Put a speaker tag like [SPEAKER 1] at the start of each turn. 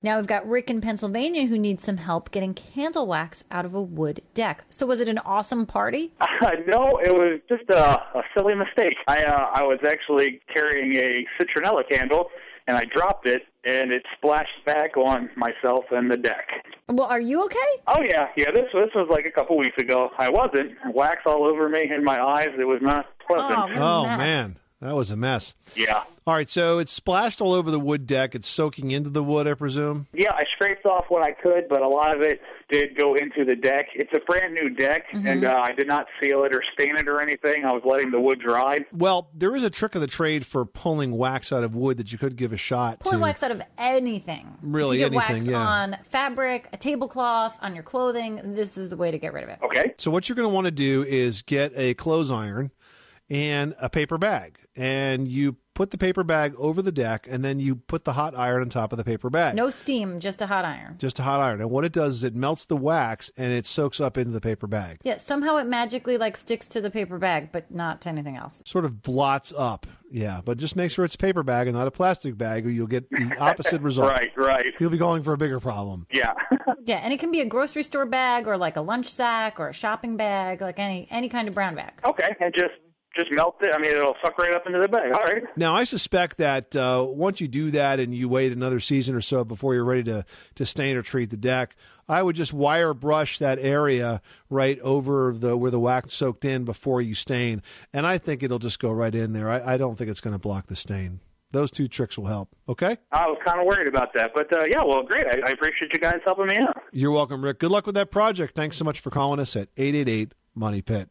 [SPEAKER 1] Now we've got Rick in Pennsylvania who needs some help getting candle wax out of a wood deck. So was it an awesome party?
[SPEAKER 2] no, it was just a, a silly mistake. I uh, I was actually carrying a citronella candle and I dropped it and it splashed back on myself and the deck.
[SPEAKER 1] Well, are you okay?
[SPEAKER 2] Oh yeah, yeah. This this was like a couple weeks ago. I wasn't wax all over me and my eyes. It was not pleasant.
[SPEAKER 1] Oh, what a
[SPEAKER 3] Oh
[SPEAKER 1] mess.
[SPEAKER 3] man, that was a mess.
[SPEAKER 2] Yeah,
[SPEAKER 3] All right, so it's splashed all over the wood deck. It's soaking into the wood, I presume.
[SPEAKER 2] yeah. I scraped off what I could, but a lot of it did go into the deck. It's a brand new deck, and uh, I did not seal it or stain it or anything. I was letting the wood dry.
[SPEAKER 3] Well, there is a trick of the trade for pulling wax out of wood that you could give a shot
[SPEAKER 1] Pulling
[SPEAKER 3] to.
[SPEAKER 1] wax out of anything.
[SPEAKER 3] Really,
[SPEAKER 1] you get wax
[SPEAKER 3] anything, yeah.
[SPEAKER 1] on fabric, a tablecloth, on your clothing. This is the way to get rid of it.
[SPEAKER 2] Okay.
[SPEAKER 3] So what you're going to want to do is get a clothes iron and a paper bag, and you put the paper bag over the deck, and then you put the hot iron on top of the paper bag.
[SPEAKER 1] No steam, just a hot iron.
[SPEAKER 3] Just a hot iron. And what it does is it melts the wax and it soaks up into the paper bag.
[SPEAKER 1] Yeah, somehow it magically like sticks to the paper bag, but not to anything else.
[SPEAKER 3] Sort of blots up. Yeah. But just make sure it's a paper bag and not a plastic bag or you'll get the opposite result.
[SPEAKER 2] Right. Right.
[SPEAKER 3] You'll be going for a bigger problem.
[SPEAKER 2] Yeah.
[SPEAKER 1] Yeah, and it can be a grocery store bag or like a lunch sack or a shopping bag, like any any kind of brown bag.
[SPEAKER 2] okay. And just just melt it. I mean, it'll suck right up into the bag. All right.
[SPEAKER 3] Now, I suspect that uh, once you do that and you wait another season or so before you're ready to, to stain or treat the deck, I would just wire brush that area right over the where the wax soaked in before you stain. And I think it'll just go right in there. I, I don't think it's going to block the stain. Those two tricks will help. Okay?
[SPEAKER 2] I was kind of worried about that, but uh, yeah. Well, great. I, I appreciate you guys helping me out.
[SPEAKER 3] You're welcome, Rick. Good luck with that project. Thanks so much for calling us at 888 Money Pit.